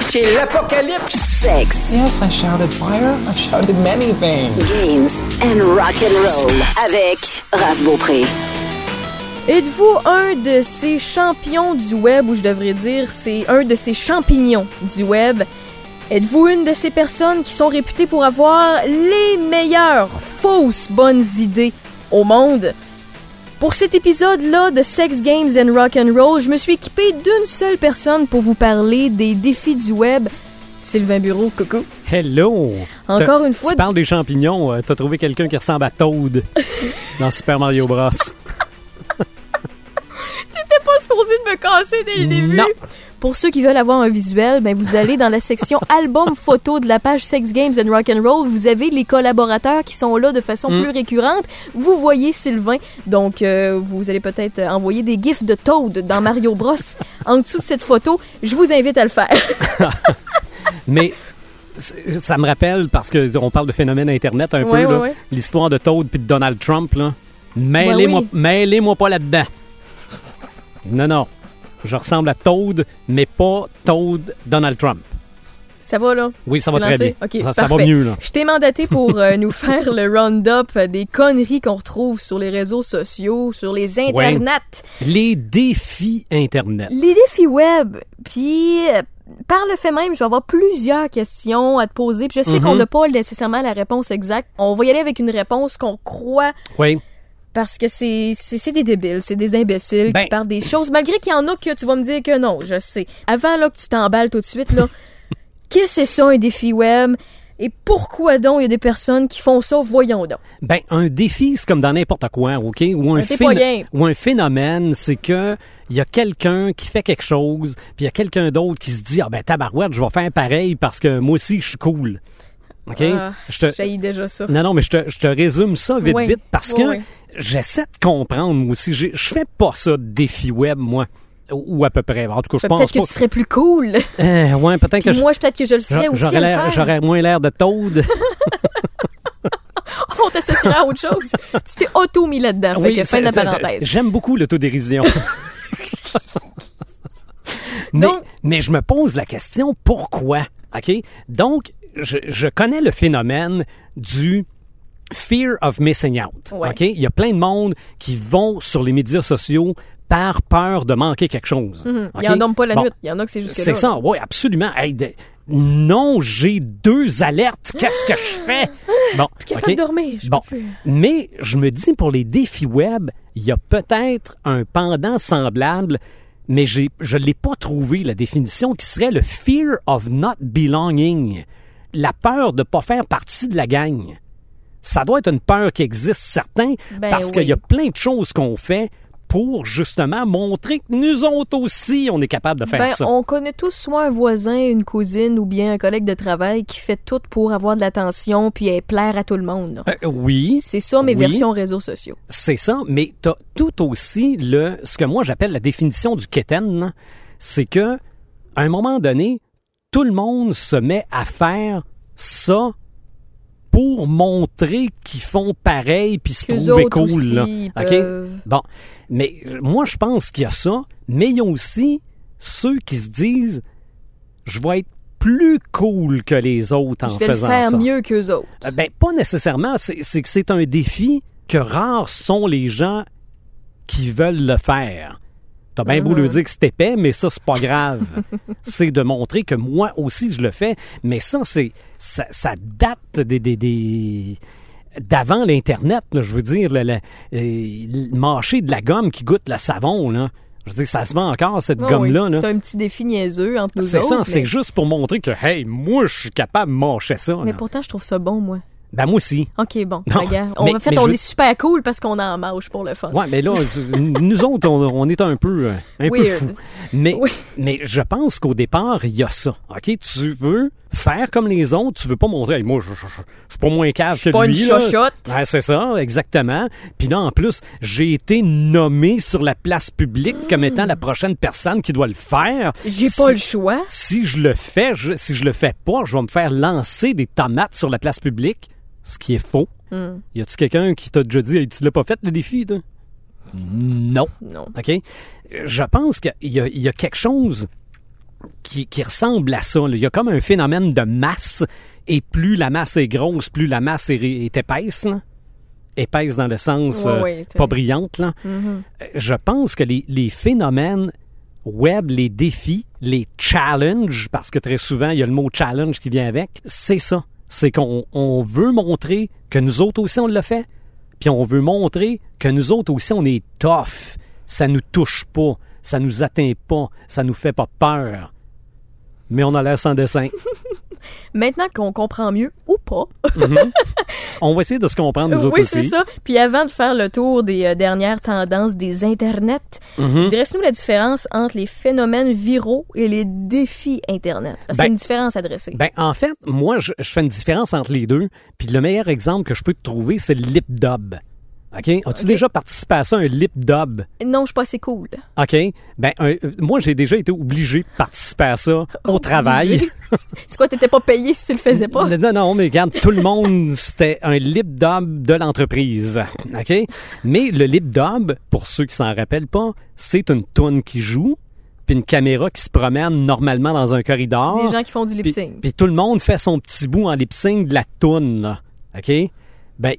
C'est l'apocalypse. Sex, Yes, I shouted fire. I shouted many things. games and rock and roll avec Raph Beaupré. Êtes-vous un de ces champions du web, ou je devrais dire, c'est un de ces champignons du web? Êtes-vous une de ces personnes qui sont réputées pour avoir les meilleures fausses bonnes idées au monde? Pour cet épisode-là de Sex Games and Rock and Roll, je me suis équipée d'une seule personne pour vous parler des défis du web. Sylvain Bureau, coucou. Hello! Encore T'as- une fois, Tu parles des champignons, euh, t'as trouvé quelqu'un qui ressemble à Toad dans Super Mario Bros. pas supposé de me casser dès le début. Non. Pour ceux qui veulent avoir un visuel, ben vous allez dans la section album photo de la page Sex Games and Rock and Roll. Vous avez les collaborateurs qui sont là de façon Mm. plus récurrente. Vous voyez Sylvain, donc euh, vous allez peut-être euh, envoyer des gifs de Toad dans Mario Bros. en dessous de cette photo. Je vous invite à le faire. Mais c'est- ça me rappelle, parce qu'on parle de phénomène Internet un Ouais, peu, là, ouais, ouais. l'histoire de Toad puis de Donald Trump. là. Mêlez-moi oui. mêlez-moi pas là-dedans. Non, non. Je ressemble à Toad, mais pas Toad Donald Trump. Ça va là. Oui, ça va C'est très bien. lancé? Ok, ça, ça va parfait. mieux, là. Je t'ai mandaté pour euh, nous faire le round-up des conneries qu'on retrouve sur les réseaux sociaux, sur les internets. Les défis Internet. Les défis web, puis euh, par le fait même, je vais avoir plusieurs questions à te poser. Puis je sais Mhm. qu'on n'a pas nécessairement la réponse exacte. On va y aller avec une réponse qu'on croit Oui. parce que c'est c'est c'est des débiles, c'est des imbéciles qui Ben. parlent des choses, malgré qu'il y en a que tu vas me dire que non, je sais. Avant là, que tu t'emballes tout de suite, là, qu'est-ce que c'est ça un défi web? Et pourquoi donc il y a des personnes qui font ça? Voyons donc. Ben, un défi, c'est comme dans n'importe quoi, OK? Ou un, t'es pas game. ou un phénomène, c'est que il y a quelqu'un qui fait quelque chose, puis il y a quelqu'un d'autre qui se dit Ah ben tabarouette, je vais faire pareil parce que moi aussi je suis cool. OK? Ah, Je te- je haïs déjà ça. Non, non, mais je te, je te résume ça vite, Oui. vite, parce Oui, que oui. j'essaie de comprendre moi aussi. J'ai- Je fais pas ça de défi web, moi. Ou ou à peu près. En tout cas, je pense Peut-être que pas. tu serais plus cool. Euh, ouais, peut-être que Puis je- moi, je- peut-être que je le serais aussi. à j'aurais le l'air- faire. j'aurais moins l'air de Toad. on t'associera à autre chose. Tu t'es auto-mis là-dedans. fait Oui, que fin de la c'est- c'est- parenthèse. J'aime beaucoup l'autodérision. mais, Donc- mais je me pose la question pourquoi? OK? Donc, je, je connais le phénomène du fear of missing out. Ouais. OK? Il y a plein de monde qui vont sur les médias sociaux par peur de manquer quelque chose. Il y Mhm. en OK? a pas la Bon, nuit. Il y en a que c'est jusque là. C'est ça, oui, absolument. Hey, de- non, j'ai deux alertes. Qu'est-ce que je fais? Bon, Capable OK. de dormir. Ah! Je Bon, peux plus. mais je me dis pour les défis web, il y a peut-être un pendant semblable, mais j'ai, je l'ai pas trouvé la définition qui serait le fear of not belonging, la peur de pas faire partie de la gang. Ça doit être une peur qui existe certain Ben parce oui. qu'il y a plein de choses qu'on fait pour justement montrer que nous autres aussi on est capable de faire Ben, ça. on connaît tous soit un voisin, une cousine ou bien un collègue de travail qui fait tout pour avoir de l'attention puis euh, plaire à tout le monde. là. Euh, oui. C'est ça mes oui. versions réseaux sociaux. C'est ça, mais tu as tout aussi le, ce que moi j'appelle la définition du keten. là. C'est que, à un moment donné, tout le monde se met à faire ça pour montrer qu'ils font pareil puis se Qu'eux trouver autres cool. aussi, là. ils OK? peuvent. Bon. Mais euh, moi, je pense qu'il y a ça, mais il y a aussi ceux qui se disent je vais être plus cool que les autres en je vais le faisant faire ça. mieux qu'eux autres. Euh, Ben, pas nécessairement. C'est c'est que c'est un défi que rares sont les gens qui veulent le faire. T'as bien Ah. beau le dire que c'est épais, mais ça, c'est pas grave. c'est de montrer que moi aussi, je le fais. Mais ça, c'est ça, ça date des... des, des- d'avant l'Internet, là, je veux dire, le, le- euh, le mâcher de la gomme qui goûte le savon, là. Je veux dire, ça se vend encore, cette Ouais, gomme-là. ouais. là. Ah C'est un petit défi niaiseux entre nous C'est autres. ça, mais... c'est juste pour montrer que, hey, moi, je suis capable de mâcher ça. mais là. pourtant, je trouve ça bon, moi. Ben, moi aussi. OK, bon. Non, regarde. On, mais- en fait, mais on je- est super cool parce qu'on en mange pour le fun. Ouais, mais là, tu- nous autres, on, on est un peu, euh, un peu Weird. fous. Mais, Oui. mais je pense qu'au départ, il y a ça. OK? Tu veux faire comme les autres, tu veux pas montrer, Hey, moi, je, je- je- je suis pas moins cave que pas lui. une là. chochotte. Ouais, c'est ça, exactement. Puis là, en plus, j'ai été nommé sur la place publique comme étant la prochaine personne qui doit le faire. J'ai Si- pas le choix. Si je le fais, je- si je le fais pas, je vais me faire lancer des tomates sur la place publique, ce qui est faux. Y a-tu quelqu'un qui t'a déjà dit, Hey, tu l'as pas fait le défi, toi? Non. Non. OK? Je pense qu'il y, a- il y a quelque chose qui, qui ressemble à ça. là. Il y a comme un phénomène de masse, et plus la masse est grosse, plus la masse est, ré- est épaisse. là. Épaisse dans le sens Ouais, euh, ouais, Mm-hmm. t'as- pas brillante. Là. Euh, Je pense que les, les phénomènes web, les défis, les challenges, parce que très souvent, il y a le mot challenge qui vient avec, c'est ça. C'est qu'on on veut montrer que nous autres aussi, on le fait, puis on veut montrer que nous autres aussi, on est tough. Ça nous touche pas, ça nous atteint pas, ça nous fait pas peur. Mais on a l'air sans dessin. Maintenant qu'on comprend mieux ou pas, On va essayer de se comprendre, nous autres oui, aussi. c'est ça. Puis avant de faire le tour des euh, dernières tendances des internets, Mhm. dresse-nous la différence entre les phénomènes viraux et les défis Internet. Parce qu'il y a Ben- une différence à dresser. Ben, en fait, moi, je, je fais une différence entre les deux. Puis le meilleur exemple que je peux te trouver, c'est le lip dub. OK? As-tu déjà participé à ça, un lip dub? non, je suis pas assez cool. OK? Ben, un- euh, moi, j'ai déjà été obligé de participer à ça au travail. C'est quoi, t'étais pas payé si tu le faisais pas? Non, non, mais regarde, tout le monde, c'était un lip dub de l'entreprise. OK? Mais le lip dub, pour ceux qui s'en rappellent pas, c'est une toune qui joue, puis une caméra qui se promène normalement dans un corridor. Des gens qui font du Puis- lip-sync. Puis tout le monde fait son petit bout en lip sync de la toune. là. OK? Ben,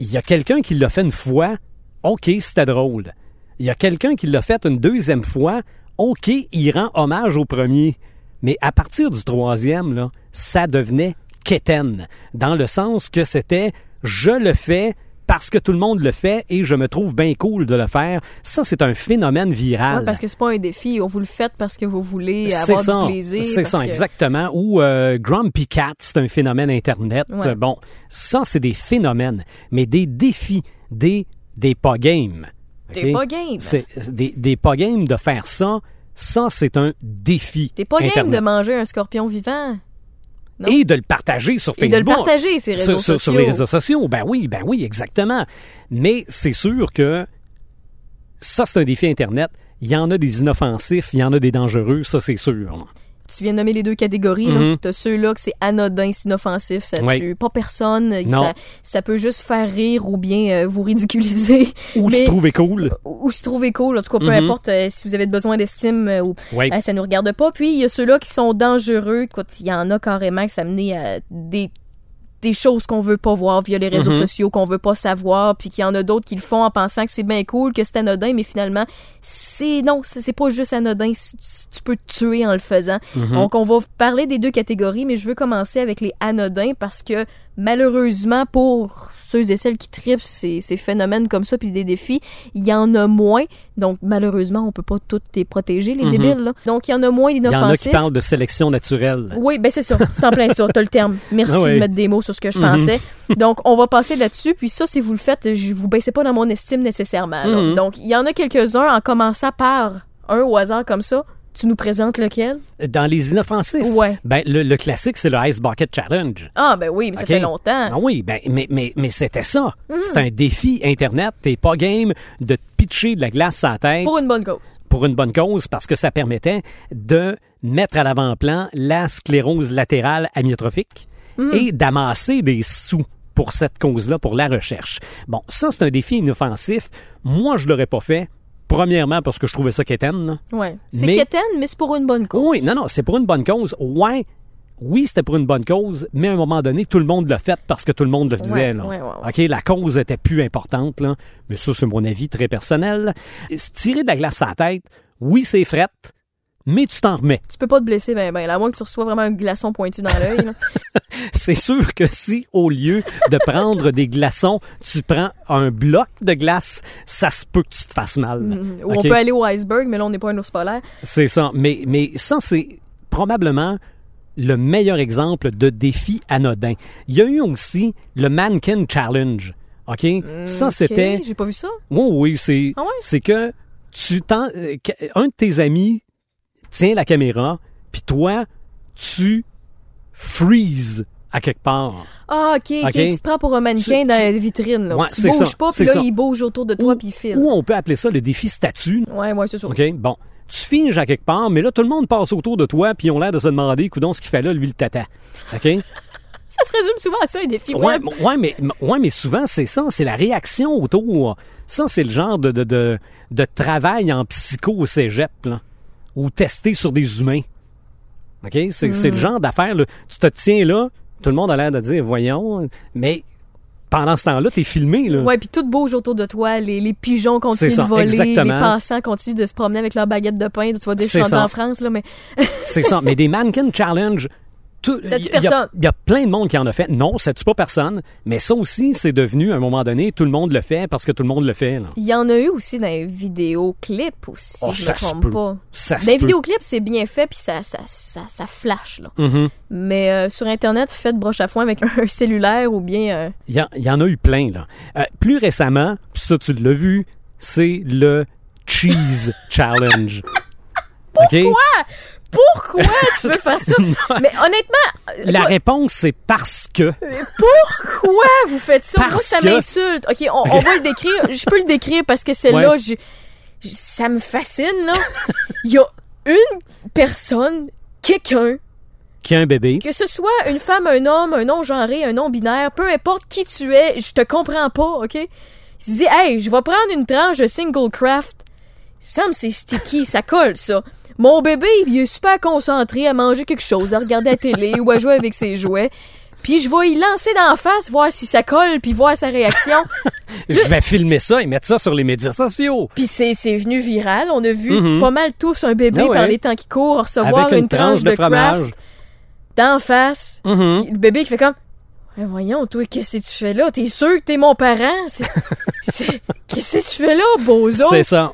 il y a quelqu'un qui l'a fait une fois. OK, c'était drôle. Il y a quelqu'un qui l'a fait une deuxième fois. OK, il rend hommage au premier. Mais à partir du troisième, là, ça devenait quétaine. Dans le sens que c'était je le fais parce que tout le monde le fait et je me trouve bien cool de le faire. Ça, c'est un phénomène viral. Ouais, parce que c'est pas un défi. On Vous le faites parce que vous voulez C'est avoir ça, du plaisir. C'est parce ça, que- exactement. Ou euh, Grumpy Cat, c'est un phénomène Internet. Ouais. Bon, ça, c'est des phénomènes, mais des défis, des, des pas games. T'es OK? pas game. C'est- c'est Des, des pas games de faire ça, ça, c'est un défi. T'es pas game de Internet. manger un scorpion vivant. non? Et de le partager sur Et Facebook. de le partager, ces réseaux Sur, sur- sur sociaux. les réseaux sociaux, ben oui, ben oui, exactement. Mais c'est sûr que ça, c'est un défi Internet. Il y en a des inoffensifs, il y en a des dangereux, ça, c'est sûr. Tu viens de nommer les deux catégories. là. Mhm. T'as ceux-là que c'est anodin, c'est inoffensif, ça Oui. tue pas personne, euh, Non. ça, ça peut juste faire rire ou bien euh, vous ridiculiser Ou Mais- se trouver cool. ou ou se trouver cool. En tout cas, peu Mhm. importe euh, si vous avez besoin d'estime euh, ou Oui. Euh, ça nous regarde pas. Puis il y a ceux-là qui sont dangereux. Écoute, il y en a carrément qui s'amenaient à des des choses qu'on veut pas voir via les réseaux Mhm. sociaux, qu'on veut pas savoir, puis qu'il y en a d'autres qui le font en pensant que c'est bien cool, que c'est anodin, mais finalement, c'est non, c'est c'est pas juste anodin, si tu, si tu peux te tuer en le faisant. Mhm. Donc, on va parler des deux catégories, mais je veux commencer avec les anodins parce que malheureusement, pour ceux et celles qui tripent ces, ces phénomènes comme ça, puis des défis, il y en a moins. Donc, malheureusement, on peut pas toutes les protéger, les Mhm. débiles. là. Donc, il y en a moins Il y en a d'inoffensifs. qui parlent de sélection naturelle. Oui, ben c'est ça. C'est en plein ça. T'as le terme. Merci Ah ouais. de mettre des mots sur ce que je Mhm. pensais. Donc, on va passer là-dessus. Puis ça, si vous le faites, je vous baissez pas dans mon estime nécessairement. là. Mhm. Donc, il y en a quelques-uns, en commençant par un au hasard comme ça. Tu nous présentes lequel? Dans les inoffensifs, Ouais. ben, le, le classique, c'est le Ice Bucket Challenge. Ah, ben oui, mais ça OK? fait longtemps. Mm. Ah oui, ben, mais, mais, mais c'était ça. C'est un défi Internet. T'es pas game de te pitcher de la glace à la tête Pour une bonne cause. pour une bonne cause parce que ça permettait de mettre à l'avant-plan la sclérose latérale amyotrophique Mm. et d'amasser des sous pour cette cause-là, pour la recherche. Bon, ça, c'est un défi inoffensif. Moi, je l'aurais pas fait. Premièrement, parce que je trouvais ça quétaine. là. Ouais. C'est Mais- quétaine, mais c'est pour une bonne cause. Oui, non, non, c'est pour une bonne cause. Ouais, oui, c'était pour une bonne cause, mais à un moment donné, tout le monde l'a fait parce que tout le monde le faisait. Ouais, là. ouais, ouais, ouais. OK, la cause était plus importante, là. mais ça, c'est mon avis très personnel. Se tirer de la glace à la tête, oui, c'est frette, mais tu t'en remets. Tu peux pas te blesser, ben, ben, à moins que tu reçois vraiment un glaçon pointu dans l'œil. là. C'est sûr que si, au lieu de prendre des glaçons, tu prends un bloc de glace, ça se peut que tu te fasses mal. Mhm. Ou OK? on peut aller au iceberg, mais là, on n'est pas un ours polaire. C'est ça. Mais, mais ça, c'est probablement le meilleur exemple de défi anodin. Il y a eu aussi le Mannequin Challenge. OK? Ça, OK, c'était. J'ai pas vu ça. Oui, oui, c'est. Ah ouais? C'est que tu t'en. euh, que- Un de tes amis tient la caméra, puis toi, tu freeze à quelque part. Ah, OK, OK. OK. Tu te prends pour un mannequin Tu- dans tu- la vitrine. Là. Ouais, tu c'est bouges ça, pas, puis c'est là, ça. il bouge autour de toi, puis il file. Ou on peut appeler ça le défi statue. Ouais, ouais, c'est ça. OK? Bon. Tu finges à quelque part, mais là, tout le monde passe autour de toi, puis ils ont l'air de se demander, coudon, ce qu'il fait là, lui, le tata. OK? Ça se résume souvent à ça, un défi Ouais, web. m- ouais, mais, m- ouais, mais souvent, c'est ça, c'est la réaction autour. Ça, c'est le genre de, de, de, de travail en psycho au cégep, là, ou testé sur des humains. OK? C'est c'est le Hmm. genre d'affaire. là. Tu te tiens là, tout le monde a l'air de dire voyons, mais pendant ce temps-là, t'es filmé. Là. Ouais, puis tout bouge autour de toi. Les, les pigeons euh. C'est continuent ça, de voler, exactement. les passants continuent de se promener avec leur baguette de pain. Tu vas dire, je suis C'est rendu ça. en France, là, mais C'est ça. Mais des mannequin challenge, tout- Ça tue il y a- personne. Il y, a plein de monde qui en a fait. Non, ça tue pas personne. Mais ça aussi, c'est devenu à un moment donné, tout le monde le fait parce que tout le monde le fait. là. il y en a eu aussi dans les vidéoclips aussi, si Oh, je ça me se trompe peut. pas. Ça se Dans les peut. vidéoclips, c'est bien fait, puis ça, ça, ça, ça flash, là. Mhm. Mais euh, sur Internet, faites broche à foin avec un cellulaire ou bien... euh, Il y, en- il y en a eu plein, là. Euh, plus récemment, pis ça, tu l'as vu, c'est le Cheese Challenge. Pourquoi? Pourquoi tu veux faire ça? Mais honnêtement, La toi, réponse, c'est parce que. pourquoi vous faites ça? Moi, Parce ça que- m'insulte. OK, on, on va le décrire. Je peux le décrire parce que celle-là, Ouais. je- je- ça me fascine, là. Il y a une personne, quelqu'un, Qu'il y a un bébé. que ce soit une femme, un homme, un non-genré, un non-binaire, peu importe qui tu es, je te comprends pas, OK? Je dis, hey, je vais prendre une tranche de single craft. Ça me semble que c'est sticky, ça colle, ça. Mon bébé, il est super concentré à manger quelque chose, à regarder la télé ou à jouer avec ses jouets. Puis je vais y lancer d'en face, voir si ça colle, puis voir sa réaction. Je vais filmer ça et mettre ça sur les médias sociaux. Puis c'est, c'est venu viral. On a vu Mhm. pas mal tous un bébé Ah ouais. par les temps qui courent recevoir Avec une, tranche de, fromage. craft d'en face. Mhm. Puis le bébé qui fait comme Ben Voyons, toi, qu'est-ce que tu fais là? T'es sûr que t'es mon parent? C'est- c'est- Qu'est-ce que tu fais là, bozo? C'est ça.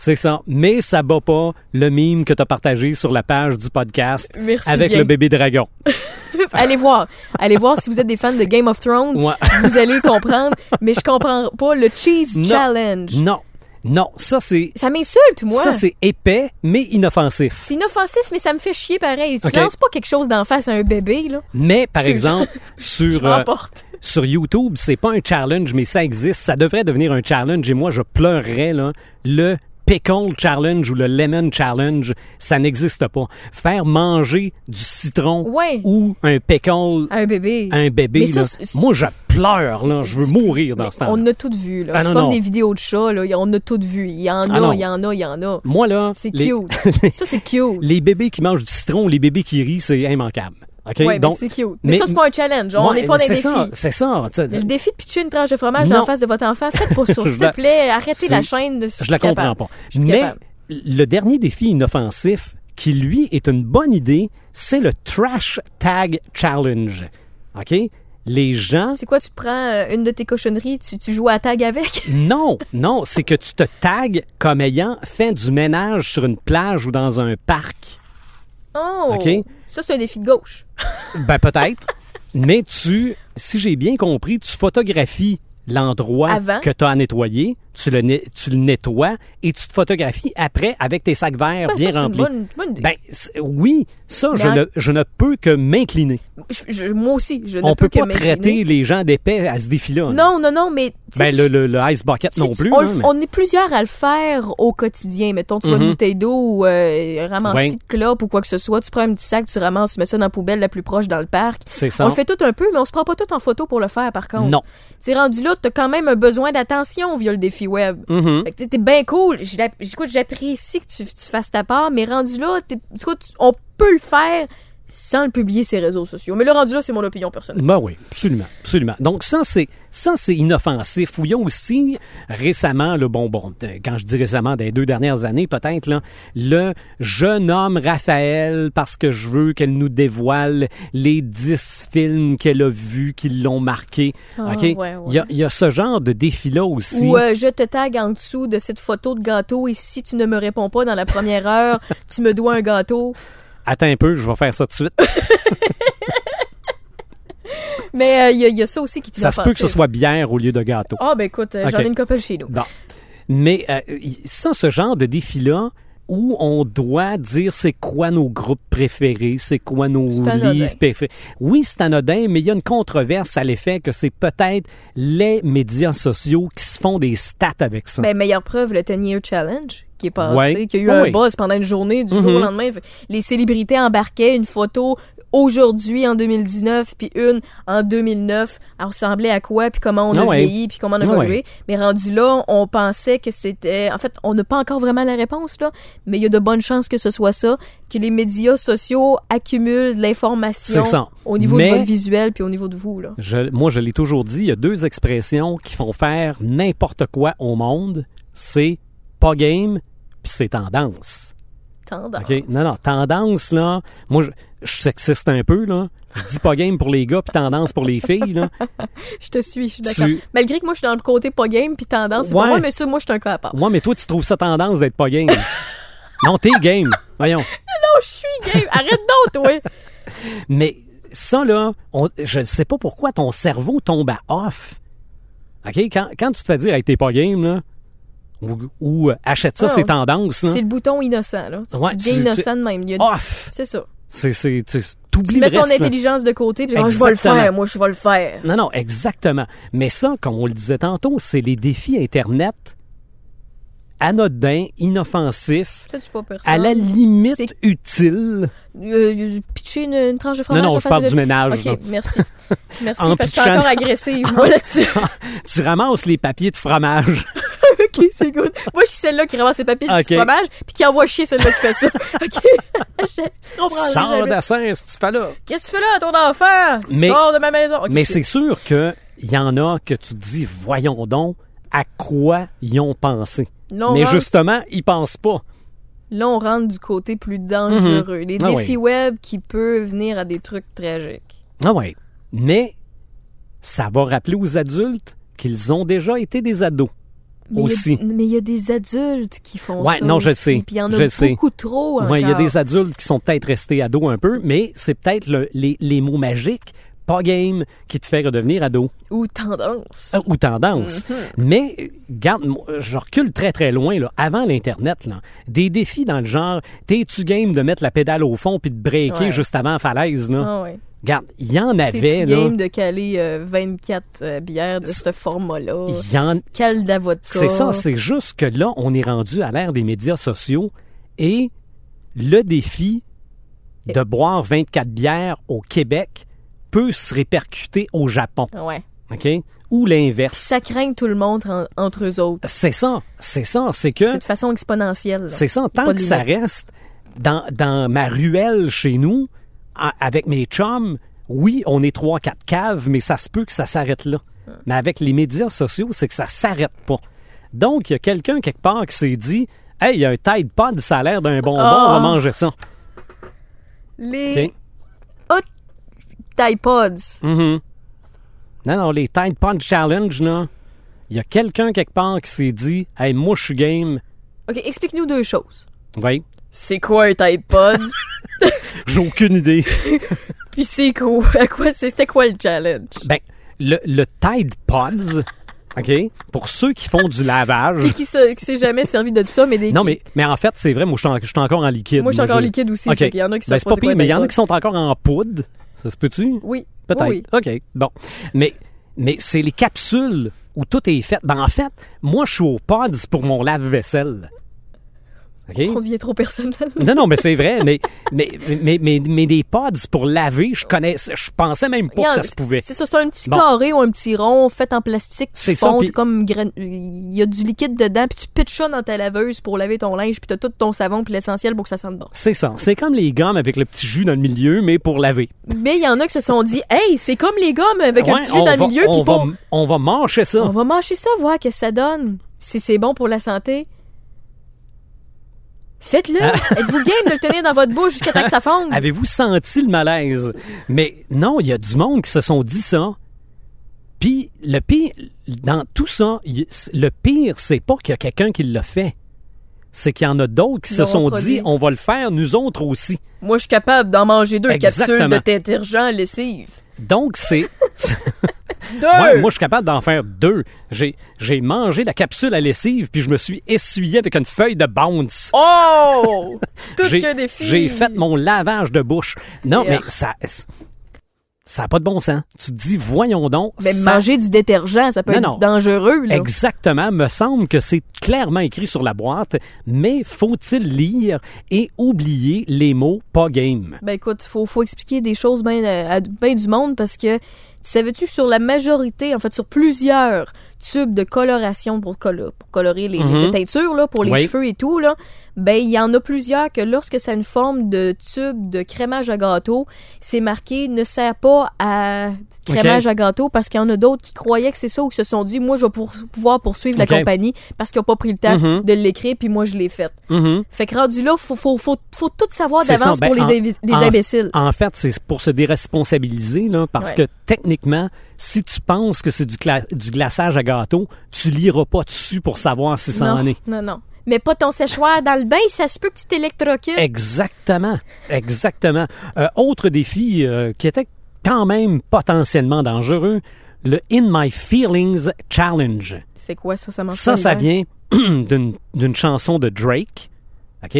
C'est ça. Mais ça bat pas le mime que tu as partagé sur la page du podcast Merci avec bien. le bébé dragon. allez voir. Allez voir si vous êtes des fans de Game of Thrones. Ouais. Vous allez comprendre. Mais je comprends pas le Cheese Non. Challenge. Non. Non. Ça, c'est. Ça m'insulte, moi. Ça, c'est épais, mais inoffensif. C'est inoffensif, mais ça me fait chier pareil. Tu Ok. lances pas quelque chose d'en face à un bébé, là. Mais, par Je- exemple, Je sur, euh, l'emporte. sur YouTube, c'est pas un challenge, mais ça existe. Ça devrait devenir un challenge et moi, je pleurerais, là. Le pickle challenge ou le lemon challenge, ça n'existe pas. Faire manger du citron Ouais. ou un pickle À un bébé. à un bébé, Mais ça, là, c'est- moi, je pleure, là. Je veux mourir dans ce temps On a tout vu, là. Ah, c'est non, comme non. des vidéos de chats, là. On a tout vu. Il y en Ah, non. a, il y en a, il y en a. Moi, là, C'est les, cute. ça, c'est cute. les bébés qui mangent du citron, les bébés qui rient, c'est immanquable. OK? Ouais, mais Donc, c'est cute. Mais, ça, c'est pas un challenge. moi, on n'est pas dans c'est les ça, défis. C'est ça. tu sais, Mais le défi de pitcher une tranche de fromage Non. dans la face de votre enfant, faites pas ça. Je S'il la- te plaît, arrêtez c'est- la chaîne de Je la comprends pas. suis Mais capable. le dernier défi inoffensif qui, lui, est une bonne idée, c'est le Trash Tag Challenge. OK? Les gens. C'est quoi, tu prends euh, une de tes cochonneries, tu, tu joues à tag avec? Non, non, c'est que tu te tagues comme ayant fait du ménage sur une plage ou dans un parc. Oh! Ok. Ça, c'est un défi de gauche. Ben peut-être. mais tu, si j'ai bien compris, tu photographies l'endroit Avant. que tu as à nettoyer, tu le, né- tu le nettoies et tu te photographies après avec tes sacs Ben, verts Ah, bien ça, c'est une remplis. bonne, bonne idée. Ben c'est- oui, ça, Mais je, en- ne, je ne peux que m'incliner. Je- je- moi aussi, je ne On peux peut que pas m'incliner. traiter les gens d'épais à ce défi-là. là. Non, non, non, mais... tu sais, Ben, tu- le, le- le ice bucket tu- non tu- plus. on, hein, le- mais- on est plusieurs à le faire au quotidien. Mettons, tu vois Mhm. une bouteille d'eau ou euh, ramassis Ouais. de clopes ou quoi que ce soit. Tu prends un petit sac, tu ramasses, tu mets ça dans la poubelle la plus proche dans le parc. C'est On ça. le fait tout un peu, mais on se prend pas tout en photo pour le faire, par contre. Non. T'es rendu là, t'as quand même un besoin d'attention via le défi web. Mhm. Fait que t'es- t'es bien cool. Je l'app- J'écoute, j'apprécie que tu, tu fasses ta part, mais rendu là, t'es- écoute, tu- on peut le faire sans le publier sur les réseaux sociaux. Mais le rendu là, c'est mon opinion personnelle. Ben oui, absolument, absolument. Donc ça, c'est ça, c'est inoffensif. Fouillons aussi récemment, le bon, bon, de- quand je dis récemment, des deux dernières années peut-être, là, le jeune homme Raphaël, parce que je veux qu'elle nous dévoile les dix films qu'elle a vus, qui l'ont marqué. Ah, ok, ouais, ouais. Il, y a, il y a ce genre de défi-là aussi. Ou euh, je te tag en dessous de cette photo de gâteau et si tu ne me réponds pas dans la première heure, tu me dois un gâteau. Attends un peu, je vais faire ça tout de suite. Mais euh, il y, a- il y a ça aussi qui te ça se peut que ce soit bière au lieu de gâteau. Ah, ben écoute, euh, j'en Ok. ai une copine chez nous. Bon. Mais euh, y- ça, ce genre de défi-là, où on doit dire c'est quoi nos groupes préférés, c'est quoi nos C'est anodin. livres préférés. Oui, c'est anodin, mais il y a une controverse à l'effet que c'est peut-être les médias sociaux qui se font des stats avec ça. Ben, meilleure preuve, le 10 Year Challenge qui est passé, Ah. Ouais. Mhm. qui a eu Ah un oui. buzz pendant une journée, du jour au lendemain. Les célébrités embarquaient une photo aujourd'hui en 2019, puis une en 2009, elle ressemblait à quoi, puis comment on a Ah ouais. vieilli, puis comment on a Ah évolué. ouais. Mais rendu là, on pensait que c'était... En fait, on n'a pas encore vraiment la réponse, là, mais il y a de bonnes chances que ce soit ça, que les médias sociaux accumulent de l'information C'est ça. au niveau Mais- de votre visuel, puis au niveau de vous, là. Je- moi, je l'ai toujours dit, il y a deux expressions qui font faire n'importe quoi au monde. C'est pas game, puis c'est tendance. Tendance. OK? Non, non, tendance, là, moi, je, je suis sexiste un peu, là. Je dis pas game pour les gars, puis tendance pour les filles, là. Je te suis, je suis Tu- d'accord. Malgré que moi, je suis dans le côté pas game, puis tendance, c'est pas Ouais. moi, mais ça, moi, je suis un cas à part. Ouais, mais toi, tu trouves ça tendance d'être pas game. non, t'es game. Voyons. Non, Oh, je suis game. Arrête donc, toi. Mais ça, là, on- je ne sais pas pourquoi ton cerveau tombe à off. OK? Quand, quand tu te fais dire, hey, t'es pas game, là, ou, ou, euh, achète ça, Ah, c'est on- tendance, là. C'est le bouton innocent, là. Tu, Ouais, tu deviens tu- innocent de même. Il y a- Off! C'est ça. C'est, c'est, tu Tu t'oublies mets le ton reste, là. intelligence de côté, puis genre, je vais le Exactement. faire, moi, je vais le faire. Non, non, exactement. Mais ça, comme on le disait tantôt, c'est les défis Internet anodins, inoffensifs, Ça, tu pas personne. à la limite C'est- utiles. Euh, pitcher une, une tranche de fromage. non, en je face parle de- du ménage, là. OK, merci. Merci, En parce que je suis pitchant- encore agressive, moi, là-dessus. tu ramasses les papiers de fromage. OK, c'est good. Moi, je suis celle-là qui ramasse ses papiers du OK. petit fromage, puis qui envoie chier celle-là qui fait ça. OK? je, je comprends. Sors jamais. d'assin, ce que tu fais là. Qu'est-ce que tu fais là, ton enfant? Mais- Sors de ma maison. OK, Mais c'est sûr qu'il y en a que tu te dis, voyons donc, à quoi ils ont pensé. Là, on Mais rentre- justement, ils pensent pas. Là, on rentre du côté plus dangereux. Les Mhm. Ah défis oui. web qui peuvent venir à des trucs tragiques. Ah ouais. Mais ça va rappeler aux adultes qu'ils ont déjà été des ados. Mais il y a- Aussi. mais il y a des adultes qui font Ouais, ça. non, je le aussi, sais. Puis il y en a Je le sais. beaucoup trop. Ouais, il y a encore. des adultes qui sont peut-être restés ados un peu, mais c'est peut-être le- les, les mots magiques, pas game, qui te fait redevenir ado Ou tendance. euh, ou tendance. Mm-hmm. Mais, euh, garde, moi, je recule très très loin, là, avant l'Internet, là, des défis dans le genre, t'es-tu game de mettre la pédale au fond puis de breaker Ouais. juste avant la falaise? Là? Ah ouais. Garde, il y en T'es-tu avait. hein. là. game de caler euh, 24 euh, bières de ce format-là? Il y en- Cale d'avocat. C'est ça, c'est juste que là, on est rendu à l'ère des médias sociaux et le défi de boire 24 bières au Québec peut se répercuter au Japon, Ouais. OK? Ou l'inverse. Ça craint tout le monde en- entre eux autres. C'est ça, c'est ça, c'est que... C'est de façon exponentielle. là. C'est ça, Y a pas tant de que ça limite. reste dans, dans ma ruelle chez nous, a- avec mes chums, oui, on est trois, quatre caves, mais ça se peut que ça s'arrête là. Mais avec les médias sociaux, c'est que ça s'arrête pas. Donc, il y a quelqu'un quelque part qui s'est dit Hey, il y a un Tide Pod, ça a l'air d'un bonbon, on va Ah. manger ça. Les OK? Tide Pods. Mhm. Non, non, les Tide Pod Challenge, là, il y a quelqu'un quelque part qui s'est dit Hey, moi, je suis game. OK, explique-nous deux choses. Oui, C'est quoi un Tide Pods? j'ai aucune idée. Puis c'est quoi? À quoi c'était quoi le challenge? Ben, le, le Tide Pods, OK, pour ceux qui font du lavage. Qui se- qui s'est jamais servi de ça, mais des. Non, qui- mais, mais en fait, c'est vrai, moi, je suis en- je suis encore en liquide. Moi, je suis encore liquide aussi. OK. fait qu'il y en a qui Ben, savent c'est pas c'est quoi pire, mais il y en a Tide qui sont encore en poudre. Ça se peut-tu? Pods. Oui. Peut-être. Oui, oui. OK, bon. Mais, mais c'est les capsules où tout est fait. Ben, en fait, moi, je suis au Pods pour mon lave-vaisselle. OK? On devient trop personnel. Non, non, mais c'est vrai, mais, mais, mais, mais, mais des pods pour laver, je connais, je pensais même Il y pas en- que ça se pouvait. C'est ça, c'est un petit Bon. carré ou un petit rond fait en plastique. qui C'est ça, fond, puis- c'est comme gran- il y a du liquide dedans, puis tu pitches ça dans ta laveuse pour laver ton linge, puis t'as tout ton savon, puis l'essentiel pour que ça sente bon. C'est ça. C'est comme les gommes avec le petit jus dans le milieu, mais pour laver. Mais il y en a qui se sont dit, hey, c'est comme les gommes avec un Ouais, petit jeu dans on va- le milieu, on puis va, pour- on va mâcher ça. on va mâcher ça, voir qu'est-ce que ça donne. Si c'est bon pour la santé. Faites-le! Ah. Êtes-vous game de le tenir dans votre bouche jusqu'à temps que ça fonde? Avez-vous senti le malaise? Mais non, il y a du monde qui se sont dit ça. Puis le pire, dans tout ça, il- le pire, c'est pas qu'il y a quelqu'un qui l'a fait. C'est qu'il y en a d'autres qui Ils se l'auront sont produit. dit, on va le faire nous autres aussi. Moi, je suis capable d'en manger deux capsules Exactement. de détergent lessive. Donc, c'est. c'est- Deux! Ouais, moi, je suis capable d'en faire deux. J'ai j'ai mangé la capsule à lessive, puis je me suis essuyé avec une feuille de bounce. Oh! Tout J'ai- que des filles. J'ai fait mon lavage de bouche. Non, Yeah. mais ça. c'est- Ça n'a pas de bon sens. Tu te dis, voyons donc. Mais ça- manger du détergent, ça peut Non, être non. dangereux. Là. Exactement. Me semble que c'est clairement écrit sur la boîte, mais faut-il lire et oublier les mots pas game? Ben écoute, faut, faut expliquer des choses bien euh, à bien du monde parce que tu savais-tu que sur la majorité, en fait sur plusieurs tubes de coloration pour, colo- pour colorer les, Mhm. les teintures, là, pour les Oui. cheveux et tout, là, ben il y en a plusieurs que lorsque ça a une forme de tube de crémage à gâteau, c'est marqué ne sert pas à crémage à gâteau parce qu'il y en a d'autres qui croyaient que c'est ça ou qui se sont dit moi je vais pour- pouvoir poursuivre Ok. la compagnie parce qu'ils n'ont pas pris le temps Mhm. de l'écrire puis moi je l'ai faite. Mhm. Fait que rendu là, faut, faut, faut, faut tout savoir C'est d'avance ça, ben, pour les, en- invi- les en- imbéciles. En fait, c'est pour se déresponsabiliser, là, parce Ouais. que techniquement, si tu penses que c'est du, cla- du glaçage à gâteau, tu liras pas dessus pour savoir si ça non, en est. non, non. Mais pas ton séchoir dans le bain, ça se peut que tu t'électrocutes. Exactement, exactement. Euh, autre défi euh, qui était quand même potentiellement dangereux, le In My Feelings Challenge. C'est quoi ça, ça marche Ça, pas ça l'hiver? vient d'une d'une chanson de Drake. OK?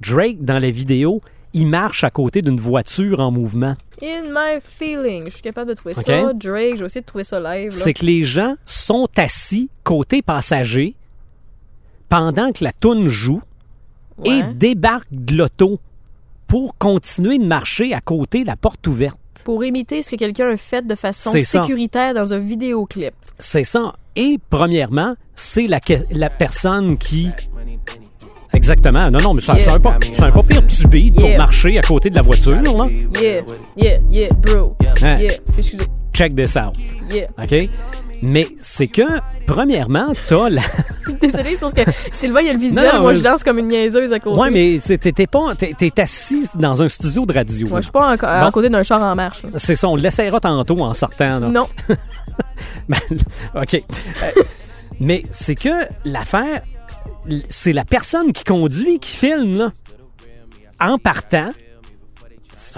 Drake, dans la vidéo, il marche à côté d'une voiture en mouvement. In my feeling. Je suis capable de trouver Ok. ça. Drake, je vais essayer de trouver ça live. là. C'est que les gens sont assis côté passager pendant que la toune joue et Ouais. débarquent de l'auto pour continuer de marcher à côté la porte ouverte. Pour imiter ce que quelqu'un a fait de façon C'est ça. sécuritaire dans un vidéoclip. C'est ça. Et premièrement, c'est la, que- la personne qui. Exactement. Non, non, mais ça- Yeah. c'est un pas, c'est un pas pire tubé pour Yeah. marcher à côté de la voiture. Là. Yeah, yeah, yeah, bro. Hein. Yeah, excusez. Check this out. Yeah. OK? Mais c'est que, premièrement, t'as la. Désolée, c'est parce que Sylvain, il y a le visuel. Non, non, moi, mais- je danse comme une niaiseuse à côté. Ouais, mais t'es- t'es pas. T'es t'es assis dans un studio de radio. Moi, là. je suis pas en- à Bon. côté d'un char en marche. là. C'est ça, on l'essayera tantôt en sortant. là. Ben, Non. OK. Euh, mais c'est que l'affaire, l- c'est la personne qui conduit qui filme, là. En partant.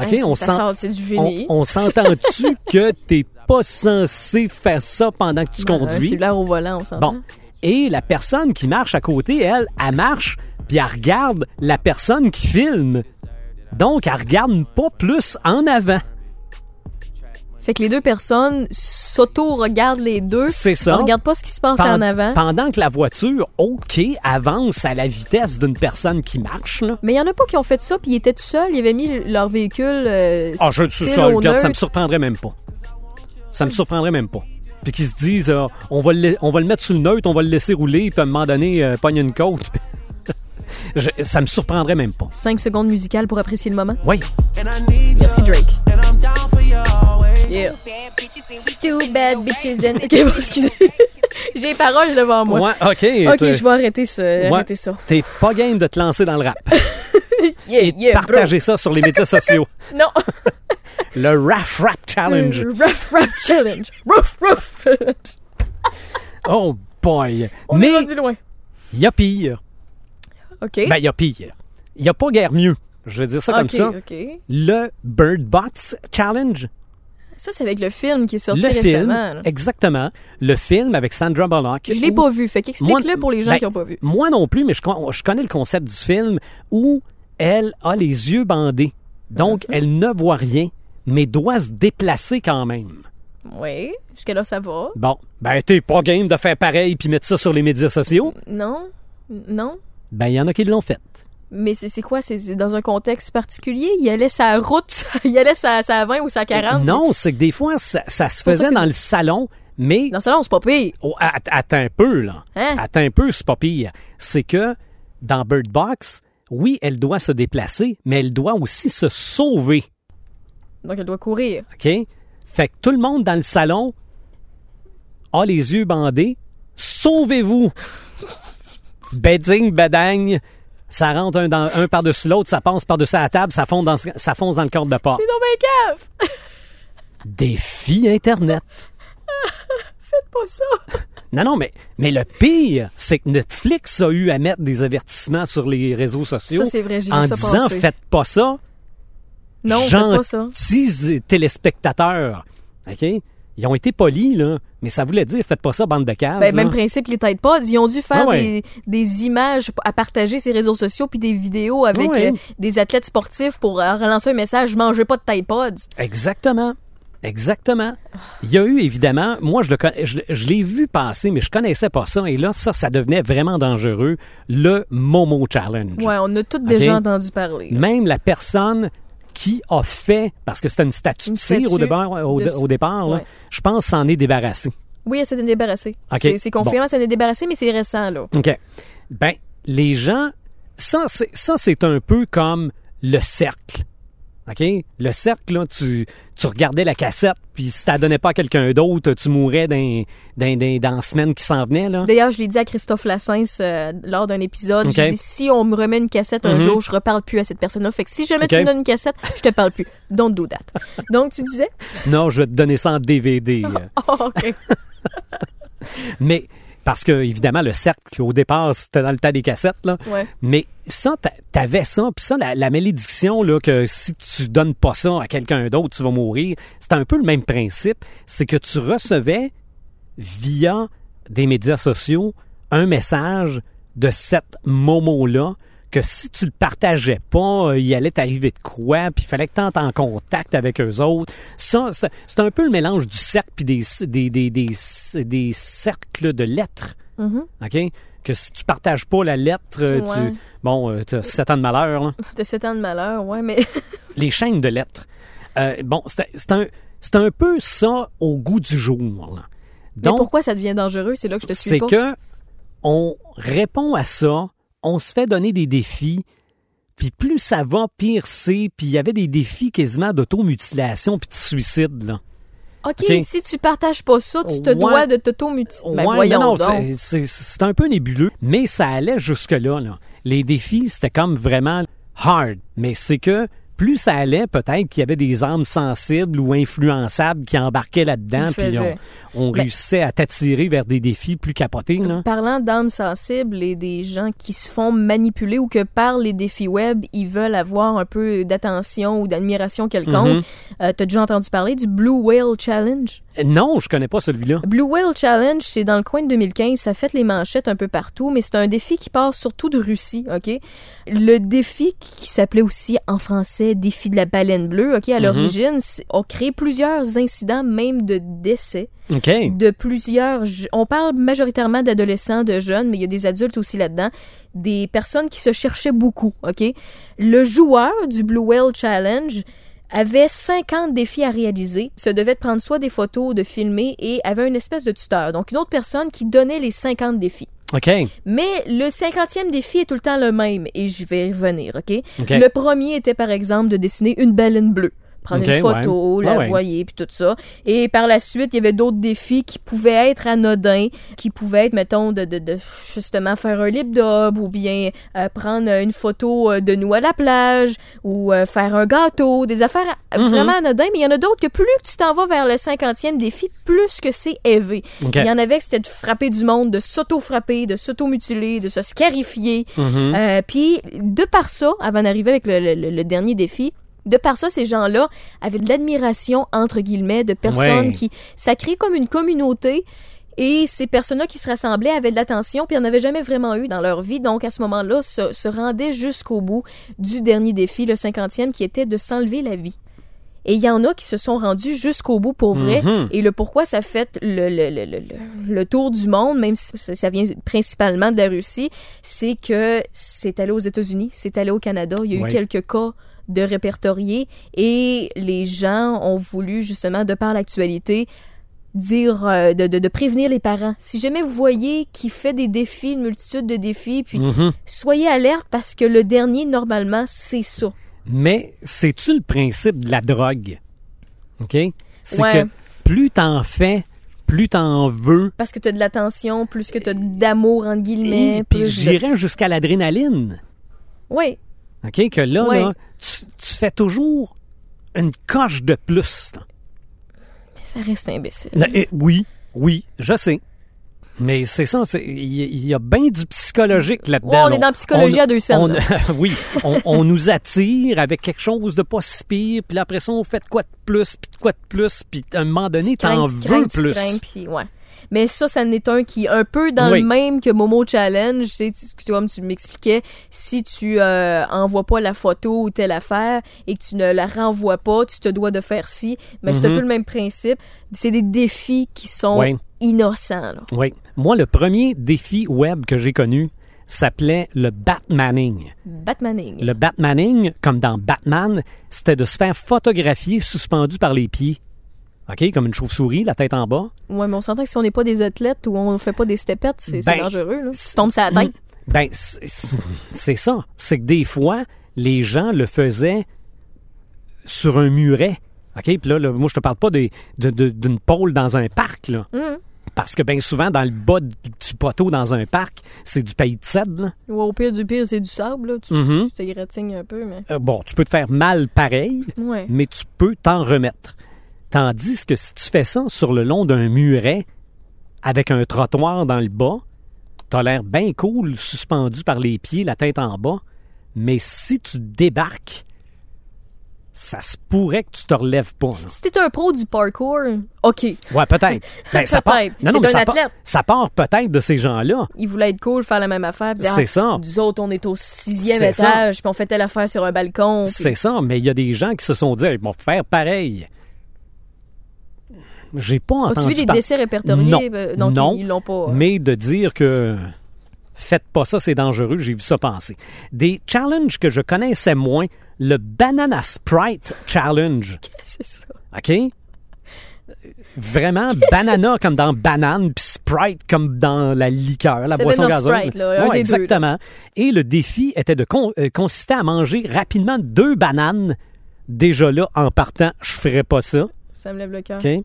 OK, Hey, on ça s'en- sort, c'est du on, génie. on s'entend-tu que t'es pas censé faire ça pendant que tu Un conduis? cellulaire au volant, on hein. s'entend. Ah Bon. Et la personne qui marche à côté, elle, elle marche, puis elle regarde la personne qui filme. Donc, elle regarde pas plus en avant. Fait que les deux personnes s'auto-regardent les deux. C'est ça. On regarde pas ce qui se passe en Pen- avant. Pendant que la voiture, OK, avance à la vitesse d'une personne qui marche, là. Mais il y en a pas qui ont fait ça, puis ils étaient tout seuls. Ils avaient mis leur véhicule. euh, Ah, je suis style ça, au regarde, ça me neutre. surprendrait même pas. Ça me surprendrait même pas. Puis qu'ils se disent, euh, on, va le, lai- on va le mettre sur le neutre, on va le laisser rouler, puis à un moment donné, euh, pogne une côte. Je- ça me surprendrait même pas. Cinq secondes musicales pour apprécier le moment. Oui. Merci, Drake. Yeah. Two bad bitches and... OK, bon, excusez. J'ai les paroles devant moi. Ouais, OK. OK, t'es- je vais arrêter ça. ouais, Arrêter ça. T'es pas game de te lancer dans le rap. Yeah, Et yeah, bro. partager ça sur les médias sociaux. Non. Le Rap Rap Mm. Challenge. Rough, rough challenge. Rough, rough challenge. Oh boy. On est Mais rendu loin. il y a pire. OK. Ben, il y a pire. Il n'y a pas guère mieux. Je vais dire ça comme OK, ça. OK. Le Bird Bots Challenge. Ça, c'est avec le film qui est sorti le film. récemment. là. Exactement. Le film avec Sandra Bullock. Je l'ai Où- pas vu, fait qu'explique-le Moi- pour les gens ben, qui n'ont pas vu. Moi non plus, mais je, con- je connais le concept du film où elle a les yeux bandés. Donc, Uh-huh. elle ne voit rien, mais doit se déplacer quand même. Oui, jusqu'à là, ça va. Bon, ben t'es pas game de faire pareil puis mettre ça sur les médias sociaux. Non, n- non. Ben, il y en a qui l'ont fait. Mais c'est c'est quoi? C'est c'est dans un contexte particulier? Il allait sa route, il allait sa, sa 20 ou sa 40? Euh, Non, c'est que des fois, ça, ça se Ah pour ça faisait que c'est- dans le salon, mais... Dans ça, là, on se pas pire. Oh, att- attends un peu, là. Hein? Attends un peu, c'est pas pire. C'est que dans Bird Box, oui, elle doit se déplacer, mais elle doit aussi se sauver. Donc, elle doit courir. OK? Fait que tout le monde dans le salon a les yeux bandés. Sauvez-vous! Bedding, bedagne. Ça rentre un, dans- un par-dessus l'autre, ça passe par-dessus la table, ça fonce dans, ça fonce dans le corps de porte. C'est dans ma cave! Défi Internet. Pas ça! Non, non, mais, mais le pire, c'est que Netflix a eu à mettre des avertissements sur les réseaux sociaux Ça, c'est vrai, j'ai en vu ça disant passer. faites pas ça. Non, faites pas ça. Gentils téléspectateurs. OK? Ils ont été polis, là, mais ça voulait dire faites pas ça, bande de caves. Ben, là. même principe, les têtes pas. Ils ont dû faire Ah ouais. des, des images à partager sur les réseaux sociaux puis des vidéos avec Ouais. euh, des athlètes sportifs pour euh, relancer un message mangez pas de Tide Pods. Exactement. Exactement. Il y a eu évidemment, moi je, le con- je, je l'ai vu passer, mais je connaissais pas ça. Et là, ça, ça devenait vraiment dangereux. Le Momo Challenge. Ouais, on a toutes Ok. déjà entendu parler. Même la personne qui a fait, parce que c'était une statue Une de cire au statue départ, au, de- dé- au départ là, Ouais. je pense s'en est débarrassée. Oui, elle s'en est débarrassée. Ok. C'est- C'est confirmé, ça s'en est débarrassée, mais c'est récent, là. OK. Ben, les gens, ça, c'est, ça, c'est un peu comme le cercle. OK? Le cercle, là, tu, tu regardais la cassette, puis si tu la donnais pas à quelqu'un d'autre, tu mourrais dans, dans, dans, dans la semaine qui s'en venait, là. D'ailleurs, je l'ai dit à Christophe Lassens euh, lors d'un épisode. Ok. J'ai dit si on me remet une cassette un Mhm. jour, je reparle plus à cette personne-là. Fait que si jamais Ok. tu me donnes une cassette, je te parle plus. Don't do that. Donc, tu disais Non, je vais te donner ça en DVD. euh. Oh, OK. Mais, parce que, évidemment, le cercle, au départ, c'était dans le tas des cassettes, là. Ouais. Mais ça, t'a- t'avais ça, puis ça, la, la malédiction, là, que si tu donnes pas ça à quelqu'un d'autre, tu vas mourir, c'est un peu le même principe. C'est que tu recevais, via des médias sociaux, un message de cette Momo-là, que si tu le partageais pas, euh, il allait t'arriver de quoi, puis il fallait que tu en contact avec eux autres. Ça, c'est c'est un peu le mélange du cercle puis des, des, des, des, des cercles de lettres. OK? Que si tu partages pas la lettre, euh, Mm-hmm. Ouais. tu. Bon, euh, t'as sept ans de malheur, là. De 7 ans de malheur, ouais, mais Les chaînes de lettres. Euh, bon, c'est c'est un, c'est un peu ça au goût du jour. là. Mais Donc, pourquoi ça devient dangereux? C'est là que je te suis c'est pas. que on répond à ça, on se fait donner des défis, puis plus ça va, pire c'est, puis il y avait des défis quasiment d'automutilation puis de suicide, là. OK, OK. si tu partages pas ça, tu te Ouais. dois de t'auto-mutiler. Ben Ouais, voyons non, non, donc. c'est- c'est c'est un peu nébuleux, mais ça allait jusque-là. là. Les défis, c'était comme vraiment hard. Mais c'est que plus ça allait, peut-être qu'il y avait des armes sensibles ou influençables qui embarquaient là-dedans, Qui le puis on, faisaient. on Ben- réussissait à t'attirer vers des défis plus capotés. Là. Parlant d'âmes sensibles et des gens qui se font manipuler ou que par les défis web, ils veulent avoir un peu d'attention ou d'admiration quelconque, euh, t'as déjà entendu parler du Blue Whale Challenge? Euh, Non, je connais pas celui-là. Blue Whale Challenge, c'est dans le coin de 2015, ça fait les manchettes un peu partout, mais c'est un défi qui part surtout de Russie, OK? Le défi qui s'appelait aussi en français défi de la baleine bleue, OK? À l'origine, c'est- on crée plusieurs incidents, même de décès, OK. de plusieurs... je- On parle majoritairement d'adolescents, de jeunes, mais il y a des adultes aussi là-dedans, des personnes qui se cherchaient beaucoup, OK? Le joueur du Blue Whale Challenge avait 50 défis à réaliser, se devait de prendre soit des photos, de filmer et avait une espèce de tuteur, donc une autre personne qui donnait les 50 défis. OK. Mais le 50e défi est tout le temps le même et je vais y revenir, OK? OK. Le premier était par exemple de dessiner une baleine bleue. Prendre Ok, une photo, ouais. la Ah ouais. voyer, puis tout ça. Et par la suite, il y avait d'autres défis qui pouvaient être anodins, qui pouvaient être, mettons, de, de- de justement faire un lip dob ou bien euh, prendre une photo euh, de nous à la plage ou euh, faire un gâteau, des affaires euh, Mhm. vraiment anodines. Mais il y en a d'autres que plus que tu t'en vas vers le 50e défi, plus que c'est élevé. OK. Il y en avait que c'était de frapper du monde, de s'auto-frapper, de s'auto-mutiler, de se scarifier. Mhm. Euh, Puis, de par ça, avant d'arriver avec le, le- le- le dernier défi, de par ça, ces gens-là avaient de l'admiration, entre guillemets, de personnes Ouais. qui. Ça crée comme une communauté. Et ces personnes-là qui se rassemblaient avaient de l'attention, puis en avaient jamais vraiment eu dans leur vie. Donc, à ce moment-là, se, se rendaient jusqu'au bout du dernier défi, le cinquantième, qui était de s'enlever la vie. Et il y en a qui se sont rendus jusqu'au bout pour vrai. Mhm. Et le pourquoi ça fait le, le, le, le- le- le tour du monde, même si ça ça vient principalement de la Russie, c'est que c'est allé aux États-Unis, c'est allé au Canada. Il y a Ouais. eu quelques cas de répertoriés et les gens ont voulu, justement, de par l'actualité, dire euh, de, de- de prévenir les parents. Si jamais vous voyez qu'il fait des défis, une multitude de défis, puis Mhm. soyez alerte parce que le dernier, normalement, c'est ça. Mais c'est-tu le principe de la drogue? OK? C'est Ouais. que plus t'en fais, plus t'en veux, Parce que tu as de l'attention, plus que tu as d'amour, entre guillemets. et puis plus de- j'irais jusqu'à l'adrénaline. Oui, OK? Que là, Ouais. là, tu, tu fais toujours une coche de plus. là. Ça reste imbécile. Non, eh, Oui, oui, je sais. Mais c'est ça, c'est- il y, il y a bien du psychologique là-dedans. Ouais, on est dans la psychologie à deux scènes, on- là. oui, on, on nous attire avec quelque chose de pas si pire, puis là, après ça, on fait de quoi de plus, puis de quoi de plus, puis à un moment donné, Tu crains, t'en tu crains, veux tu plus. crains, puis ouais. Mais ça, ça n'est un qui est un peu dans Oui. le même que Momo Challenge. C'est c'est comme tu m'expliquais, si tu euh, envoies pas la photo ou telle affaire et que tu ne la renvoies pas, tu te dois de faire ci. Mais c'est un Mhm. peu le même principe. C'est des défis qui sont Ouais. innocents. là. Oui. Moi, le premier défi web que j'ai connu s'appelait le Batmaning. Batmaning. Le Batmaning, comme dans Batman, c'était de se faire photographier suspendu par les pieds. OK? Comme une chauve-souris, la tête en bas. Ouais, mais on s'entend que si on n'est pas des athlètes ou on fait pas des stepettes, c'est c'est Ben, dangereux. Là. Tu tombes sur la tête. Ben, c'est- c'est c'est ça. C'est que des fois, les gens le faisaient sur un muret. OK? Puis là, là, moi, je te parle pas des- de- de- d'une pôle dans un parc, là. Parce que bien souvent, dans le bas d- du poteau dans un parc, c'est du pays de cèdre, là. Ou au pire du pire, c'est du sable. là. Tu, Mhm. tu t'égratignes un peu, mais. Euh, bon, tu peux te faire mal pareil, Ouais. mais tu peux t'en remettre. Tandis que si tu fais ça sur le long d'un muret avec un trottoir dans le bas, t'as l'air bien cool, suspendu par les pieds, la tête en bas. Mais si tu débarques, ça se pourrait que tu te relèves pas. hein. là. Si t'es un pro du parkour, OK. Ouais, peut-être. Ben, ça part- Peut-être. Non, non, T'es mais un ça part- athlète. ça part peut-être de ces gens-là. Ils voulaient être cool, faire la même affaire. puis dire, C'est ah, ça. Nous autres, on est au sixième C'est ça. étage, puis on fait telle affaire sur un balcon. puis- C'est ça, mais il y a des gens qui se sont dit, ils vont faire pareil. J'ai pas entendu. As-tu vu des par- décès répertoriés? Non, Euh, donc, non, ils ils l'ont pas. Mais de dire que faites pas ça, c'est dangereux, j'ai vu ça passer. Des challenges que je connaissais moins, le Banana Sprite Challenge. C'est ça. OK? Vraiment, banana comme dans banane, puis sprite comme dans la liqueur, la Seven boisson Up gazeuse. Sprite, là, un Ouais, des deux, là. exactement. Et le défi était de con- euh, consistait à manger rapidement deux bananes. Déjà là, en partant, je ferais pas ça. Ça me lève le cœur. OK?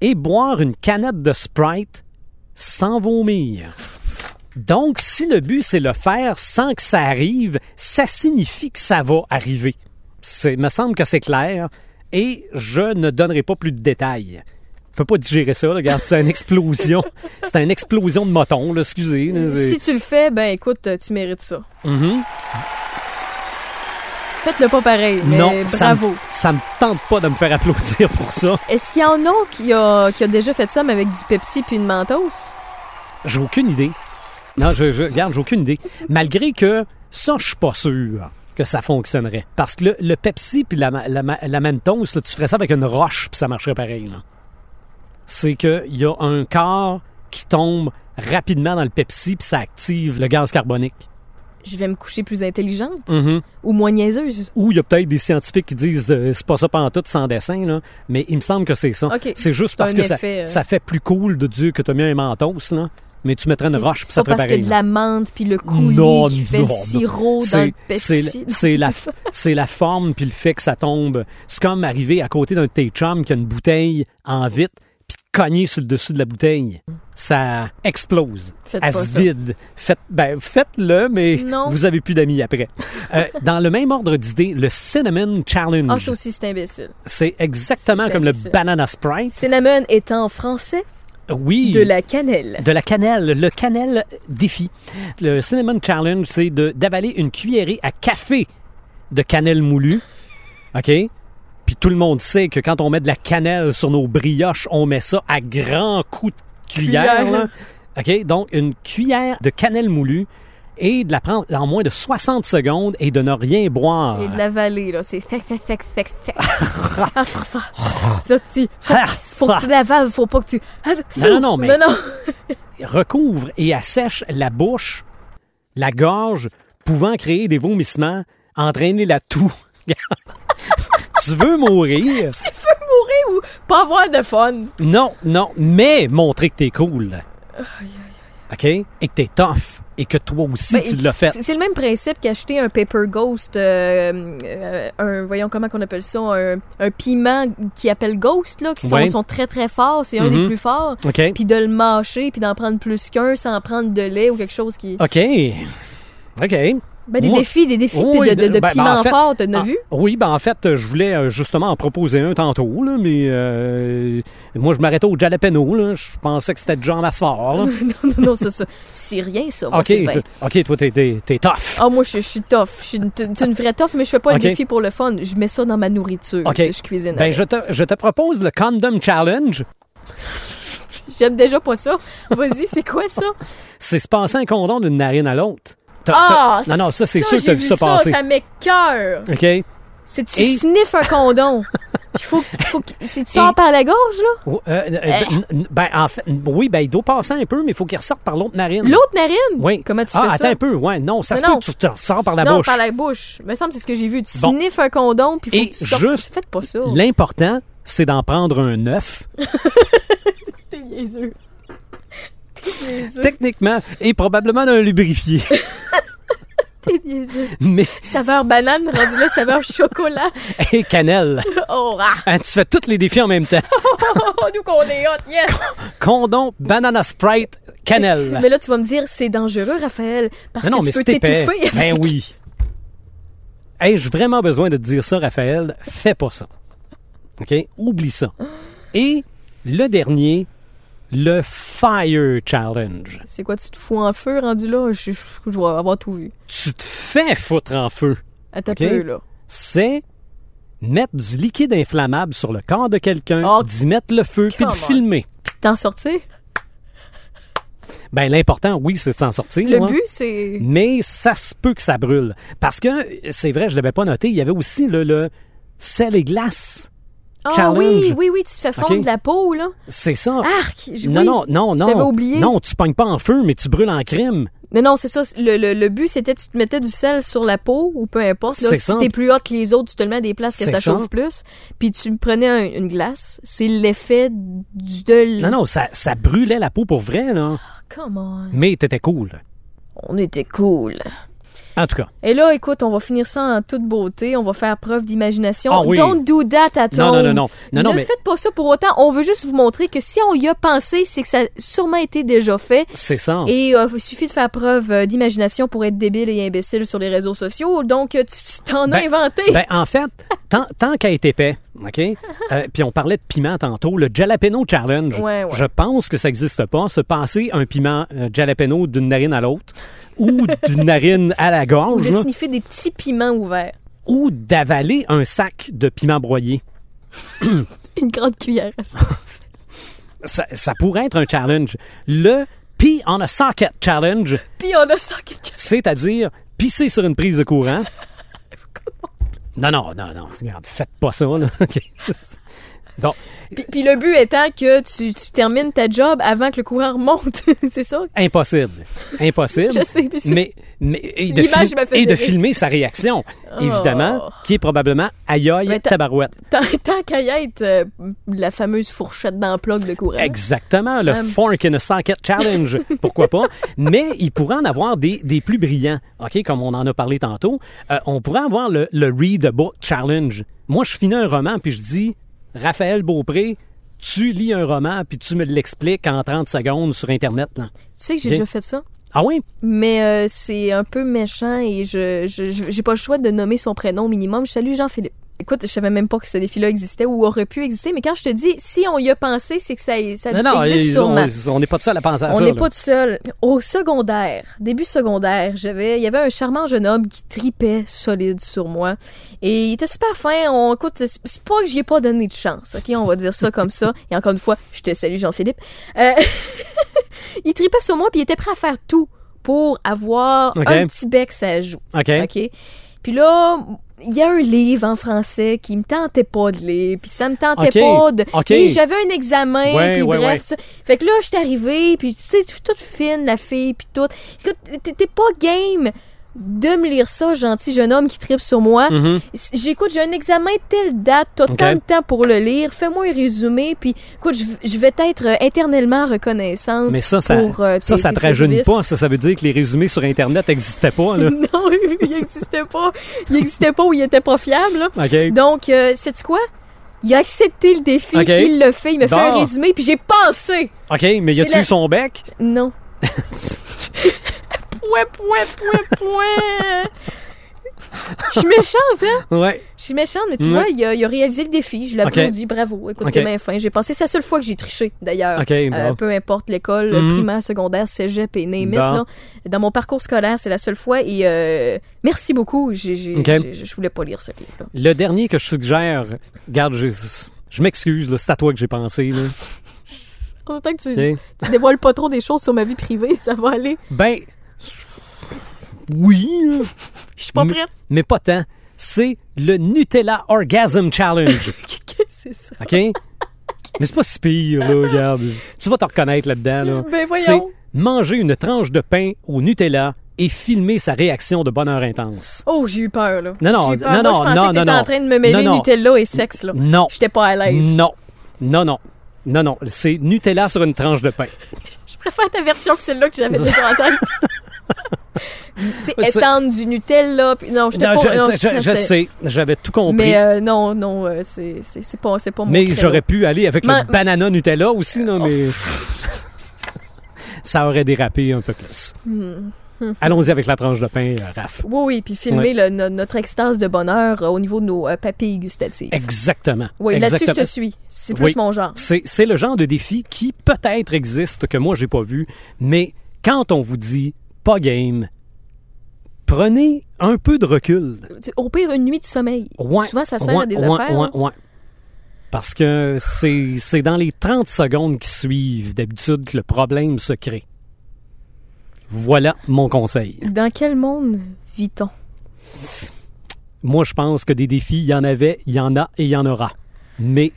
Et boire une canette de Sprite sans vomir. Donc, si le but, c'est le faire sans que ça arrive, ça signifie que ça va arriver. C'est, me semble que c'est clair et je ne donnerai pas plus de détails. Je peux pas digérer ça, là. regarde, c'est une explosion. c'est une explosion de moton, là, excusez. là, c'est- Si tu le fais, ben écoute, euh, tu mérites ça. Mhm. Faites-le pas pareil, mais non, ça me- bravo. ça me tente pas de me faire applaudir pour ça. Est-ce qu'il y en a qui a, qui a déjà fait ça, mais avec du Pepsi puis une Mentos? J'ai aucune idée. Non, je, je regarde, j'ai aucune idée. Malgré que ça, je suis pas sûr que ça fonctionnerait. Parce que le, le Pepsi puis la, ma- la, ma- la Mentos, là, tu ferais ça avec une roche puis ça marcherait pareil. là. C'est qu'il y a un corps qui tombe rapidement dans le Pepsi puis ça active le gaz carbonique. Je vais me coucher plus intelligente Mhm. ou moins niaiseuse? Ou il y a peut-être des scientifiques qui disent euh, c'est pas ça pantoute sans dessin, là, mais il me semble que c'est ça. OK. C'est juste C'est parce un que ça, effet, euh. ça fait plus cool de dire que t'as mis un mentos, là, mais tu mettrais une roche puis C'est ça pas te parce ferait pareil. que de là. la menthe puis le coulis Non, qui fait non, le non. sirop dans C'est- le Pepsi. C'est c'est la, f- c'est la forme puis le fait que ça tombe. C'est comme arriver à côté d'un de tes chums qui a une bouteille en vitre puis cogner sur le dessus de la bouteille. Ça explose. Faites elle pas se ça. vide. Faites, ben, faites-le, mais Non. vous avez plus d'amis après. Euh, dans le même ordre d'idée, le Cinnamon Challenge. Ah, ça aussi, c'est imbécile. c'est exactement c'est comme le imbécile. Banana Sprite. Cinnamon est en français Oui. de la cannelle. De la cannelle, le cannelle défi. Le cinnamon challenge, c'est de- d'avaler une cuillerée à café de cannelle moulue. OK? Puis tout le monde sait que quand on met de la cannelle sur nos brioches, on met ça à grands coups de cuillère. Cuillère. là. OK? Donc, une cuillère de cannelle moulue et de la prendre en moins de 60 secondes et de ne rien boire. Et de la vallée, là. C'est sec, sec, sec, sec, sec. Ah, faut- faut- là, tu- faut- Faut que tu l'avales, faut pas que tu. Ah, Ah, Non, non, non, mais- Non, non. recouvre et assèche la bouche, la gorge, pouvant créer des vomissements, entraîner la toux. tu veux mourir? Tu veux mourir ou pas avoir de fun? Non, non, mais montrer que t'es cool. OK? Et que t'es tough. Et que toi aussi, Ben, tu l'as fait. C'est c'est le même principe qu'acheter un paper ghost, euh, euh, un, voyons comment qu'on appelle ça, un, un piment qui appelle ghost, là, qui sont, Ouais. sont très très forts, c'est un Mhm. des plus forts, OK? puis de le mâcher, puis d'en prendre plus qu'un sans prendre de lait ou quelque chose qui... OK. OK. Ben, des Moi- défis, des défis Oh, de, de, de, ben, ben, en piment fait- fort, t'as Ah, vu? Oui, ben en fait, je voulais euh, justement en proposer un tantôt, là, mais euh, moi, je m'arrêtais au jalapeno. là. Je pensais que c'était déjà en masse fort. là. non, non, ça, ça, c'est rien ça, moi, OK, c'est vingt. t- OK, toi, t'es- t'es t'es tough. Ah, moi, je, je suis tough. Je suis une, t'es une vraie tough, mais je fais pas Ok. le défi pour le fun. Je mets ça dans ma nourriture. Ok. tu sais, Je cuisine. Ben, avec. je te, je te propose le Condom Challenge. J'aime déjà pas ça. Vas-y, c'est quoi ça? C'est se passer un condom d'une narine à l'autre. T'as- Ah! t'as- non, non, ça, c'est sûr que j'ai t'as vu ça passer. Ça m'écoeure. OK? Euh, C'est tu Et- sniffes un condom. Il faut, faut que. C'est tu sors Et- par la gorge, là? euh, euh, Eh. ben, ben, en fait, oui, ben, il doit passer un peu, mais il faut qu'il ressorte par l'autre narine. L'autre narine? Oui. Comment tu ah, fais attends ça? un peu, ouais. Non, ça Mais se peut non. que tu te ressors par la non, bouche. par la bouche. me semble que c'est ce que j'ai vu. Tu Bon. sniffes un condom, puis faut Et que tu sortes. juste- Faites pas ça. L'important, c'est d'en prendre un œuf. T'es niaiseux. T'es niaiseux. Techniquement, et probablement d'un lubrifié. T'es niaiseux. Mais, Saveur banane, rendu là, saveur chocolat. et cannelle. Oh, ah. Hein, tu fais tous les défis en même temps. Oh, nous qu'on est hot, yes! Condom, banana sprite, cannelle. Mais là, tu vas me dire, c'est dangereux, Raphaël, parce non, que mais tu peux c'est épais. t'étouffer. Ben oui. Ai-je vraiment besoin de te dire ça, Raphaël? Fais pas ça. OK? Oublie ça. Et le dernier, le Fire Challenge. C'est quoi, tu te fous en feu rendu là? Je, je, je vais avoir tout vu. Tu te fais foutre en feu. À ta Ok. peu, là. C'est mettre du liquide inflammable sur le corps de quelqu'un, Oh, d'y mettre le feu, puis de come on. filmer. T'en sortir? Ben, Ben, l'important, oui, c'est de s'en sortir. le hein. but, c'est. Mais ça se peut que ça brûle. Parce que, c'est vrai, je l'avais pas noté, il y avait aussi le, le sel et glace. Ah challenge. oui, oui, oui, tu te fais fondre Ok. de la peau, là. C'est ça. Arc! je- Ah, Non, oui. non, non, non. J'avais oublié. Non, tu pognes pas en feu, mais tu brûles en crème. Non, non, c'est ça. Le, le- le but, c'était tu te mettais du sel sur la peau ou peu importe. Là, C'est si ça. t'es plus haute que les autres, tu te le mets à des places que C'est ça, ça. chauffe plus. Puis tu prenais un- une glace. C'est l'effet du... De... Non, non, ça, ça brûlait la peau pour vrai, là. Come on. Mais t'étais cool. On était cool. En tout cas. Et là, écoute, on va finir ça en toute beauté. On va faire preuve d'imagination. Ah oui. Don't do that at Non, non, home. non, non. Non, non, ne mais faites pas ça pour autant. On veut juste vous montrer que si on y a pensé, c'est que ça a sûrement été déjà fait. c'est ça. Et euh, il suffit de faire preuve euh, d'imagination pour être débile et imbécile sur les réseaux sociaux. Donc, euh, tu tu t'en as Ben, inventé. Ben, en fait, tant, tant qu'à être épais, OK? Euh, puis on parlait de piment tantôt, le jalapeno challenge. Ouais, ouais. Je pense que ça n'existe pas. Se passer un piment euh, jalapeno d'une narine à l'autre ou d'une narine à la Ou de gorge là, sniffer des petits piments ouverts. ou d'avaler un sac de piment broyé. Une grande cuillère à ça. Ça, ça pourrait être un challenge. Le pee on a socket challenge, Puis on a ça. que- c'est-à-dire pisser sur une prise de courant. Non, non, non, non. Regarde, faites pas ça. Là. OK. Bon, Puis, puis le but étant que tu, tu termines ta job avant que le courant remonte. c'est ça? Impossible. Impossible. Je sais, mais c'est- mais, mais- et de, L'image fil- me faisait et de rire. filmer sa réaction, évidemment, Oh. qui est probablement aïe aïe Mais t'as- Hein? tabarouette. Tant, tant qu'à y être, euh, la fameuse fourchette d'emploi de courant. Exactement, le Hum. Fork in a Socket Challenge, pourquoi pas. Mais il pourrait en avoir des, des plus brillants, OK, comme on en a parlé tantôt. Euh, on pourrait avoir le, le Read a Book Challenge. Moi, je finis un roman, puis je dis, Raphaël Beaupré, tu lis un roman, puis tu me l'expliques en 30 secondes sur Internet. là. Tu sais que j'ai Ok. déjà fait ça? Ah oui? Mais euh, c'est un peu méchant et je je- je- j'ai pas le choix de nommer son prénom au minimum. Je salue Jean-Philippe. Écoute, je savais même pas que ce défi-là existait ou aurait pu exister, mais quand je te dis si on y a pensé, c'est que ça, ça Non, non, existe ils ont- sûrement. on n'est pas de seul à penser à On ça. n'est là. pas tout seul. Au secondaire, début secondaire, j'avais, il y avait un charmant jeune homme qui tripait solide sur moi. Et il était super fin. On, écoute, c'est c'est pas que j'y ai pas donné de chance, OK? On va dire ça comme ça. Et encore une fois, je te salue, Jean-Philippe. Euh, il tripait sur moi, puis il était prêt à faire tout pour avoir OK. un petit bec, ça joue. OK. OK? Puis là, il y a un livre en français qui me tentait pas de lire, puis ça me tentait OK. pas de... OK. Et j'avais un examen, Ouais, puis ouais, bref, ouais. tout ça. Fait que là, je suis arrivée, puis tu sais, toute toute fine, la fille, puis tout. C'est que t'es- T'es pas game de me lire ça, gentil jeune homme qui tripe sur moi. Mhm. S- J'écoute, j'ai un examen telle date, t'as OK. tant de temps pour le lire, fais-moi un résumé, puis écoute, je v- je vais être euh, éternellement reconnaissante. Mais ça, ça, pour, euh, ça, tes- ça tes te rajeunit services. pas. Ça, ça veut dire que les résumés sur Internet n'existaient pas. Là. Non, il n'existait pas. Il n'existait pas ou il était pas fiable. là. OK. Donc, euh, sais-tu quoi? Il a accepté le défi, OK. il le fait, il me fait un Bon. résumé, puis j'ai pensé. OK, mais y C'est a-tu la- eu son bec? Non. point, point, point, point. Je suis méchante, hein? Ouais. Je suis méchante, mais tu Ouais. vois, il a, il a réalisé le défi. Je l'applaudis, bravo. Écoute, OK. t'es bien fin. J'ai pensé, c'est la seule fois que j'ai triché, d'ailleurs. OK, Euh, bon. peu importe l'école, Mhm. primaire, secondaire, cégep et name it, Bon. là. Dans mon parcours scolaire, c'est la seule fois. Et euh, merci beaucoup. J'ai- j'ai- OK. j'ai- Je voulais pas lire ce livre-là. Le dernier que je suggère, garde, je, je m'excuse, là, c'est à toi que j'ai pensé. là. En même temps que tu, Ok. tu dévoiles pas trop des choses sur ma vie privée, ça va aller. Ben, oui, là, Je suis pas Mm. prête. mais pas tant. C'est le Nutella Orgasm Challenge. Qu'est-ce que c'est ça? OK? Mais c'est pas si pire, là, regarde. Tu vas te reconnaître là-dedans, là. Ben, voyons. C'est manger une tranche de pain au Nutella et filmer sa réaction de bonheur intense. Oh, j'ai eu peur, là. Non, non, J'ai eu peur. non, Moi, non, je pensais non, que t'étais non, en non. train de me mêler Non, non. Nutella et sexe, là. Non. J'étais pas à l'aise. Non. Non, non. Non, non. C'est Nutella sur une tranche de pain. Je préfère ta version que celle-là que j'avais déjà en tête. tu sais, C'est- étendre du Nutella. Puis... Non, j'étais Non, pas... je, non, je- je sais. J'avais tout compris. Mais Mais, euh, non, non, euh, c'est c'est- c'est pas, c'est pas mon credo. j'aurais pu aller avec Ma- le banana Nutella aussi, non, mais. Ça aurait dérapé un peu plus. Hmm. Allons-y avec la tranche de pain, euh, Raph. Oui, oui, puis filmer Ouais. le- no- notre extase de bonheur euh, au niveau de nos euh, papilles gustatives. Exactement. Oui, là-dessus, je Exactement. te suis. C'est plus Oui. mon genre. C'est, c'est le genre de défi qui peut-être existe, que moi, j'ai pas vu, mais quand on vous dit pas game, prenez un peu de recul. Tu- Au pire, une nuit de sommeil. Ouais, Souvent, ça sert ouais, à des ouais, affaires. hein. ouais, là. ouais. Parce que c'est, c'est dans les 30 secondes qui suivent d'habitude que le problème se crée. Voilà mon conseil. Dans quel monde vit-on? Moi, je pense que des défis, il y en avait, il y en a et il y en aura. Mais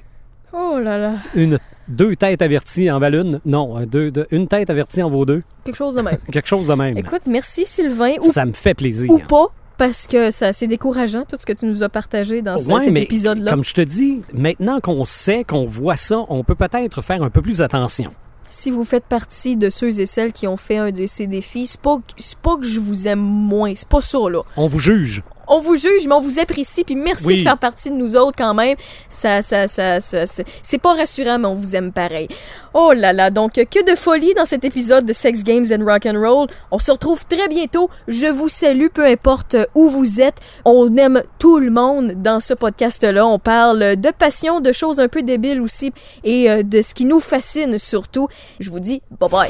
Oh là là. une, deux têtes averties en valent une. Non, un, deux, deux- une tête avertie en vaut deux. Quelque chose de même. Quelque chose de même. Écoute, merci Sylvain. Ou, ça me fait plaisir. ou pas, parce que ça c'est décourageant tout ce que tu nous as partagé dans ce- Ouais, cet mais épisode-là. Comme je te dis, maintenant qu'on sait, qu'on voit ça, on peut peut-être faire un peu plus attention. Si vous faites partie de ceux et celles qui ont fait un de ces défis, c'est pas, c'est pas que je vous aime moins, c'est pas ça, là. On vous juge. On vous juge, mais on vous apprécie, puis merci Oui. de faire partie de nous autres quand même. Ça, ça, ça, ça, c'est- c'est pas rassurant, mais on vous aime pareil. Oh là là, donc que de folie dans cet épisode de Sex Games and Rock and Roll. On se retrouve très bientôt. Je vous salue, peu importe euh, où vous êtes. On aime tout le monde dans ce podcast-là. On parle de passion, de choses un peu débiles aussi, et euh, de ce qui nous fascine surtout. Je vous dis bye bye.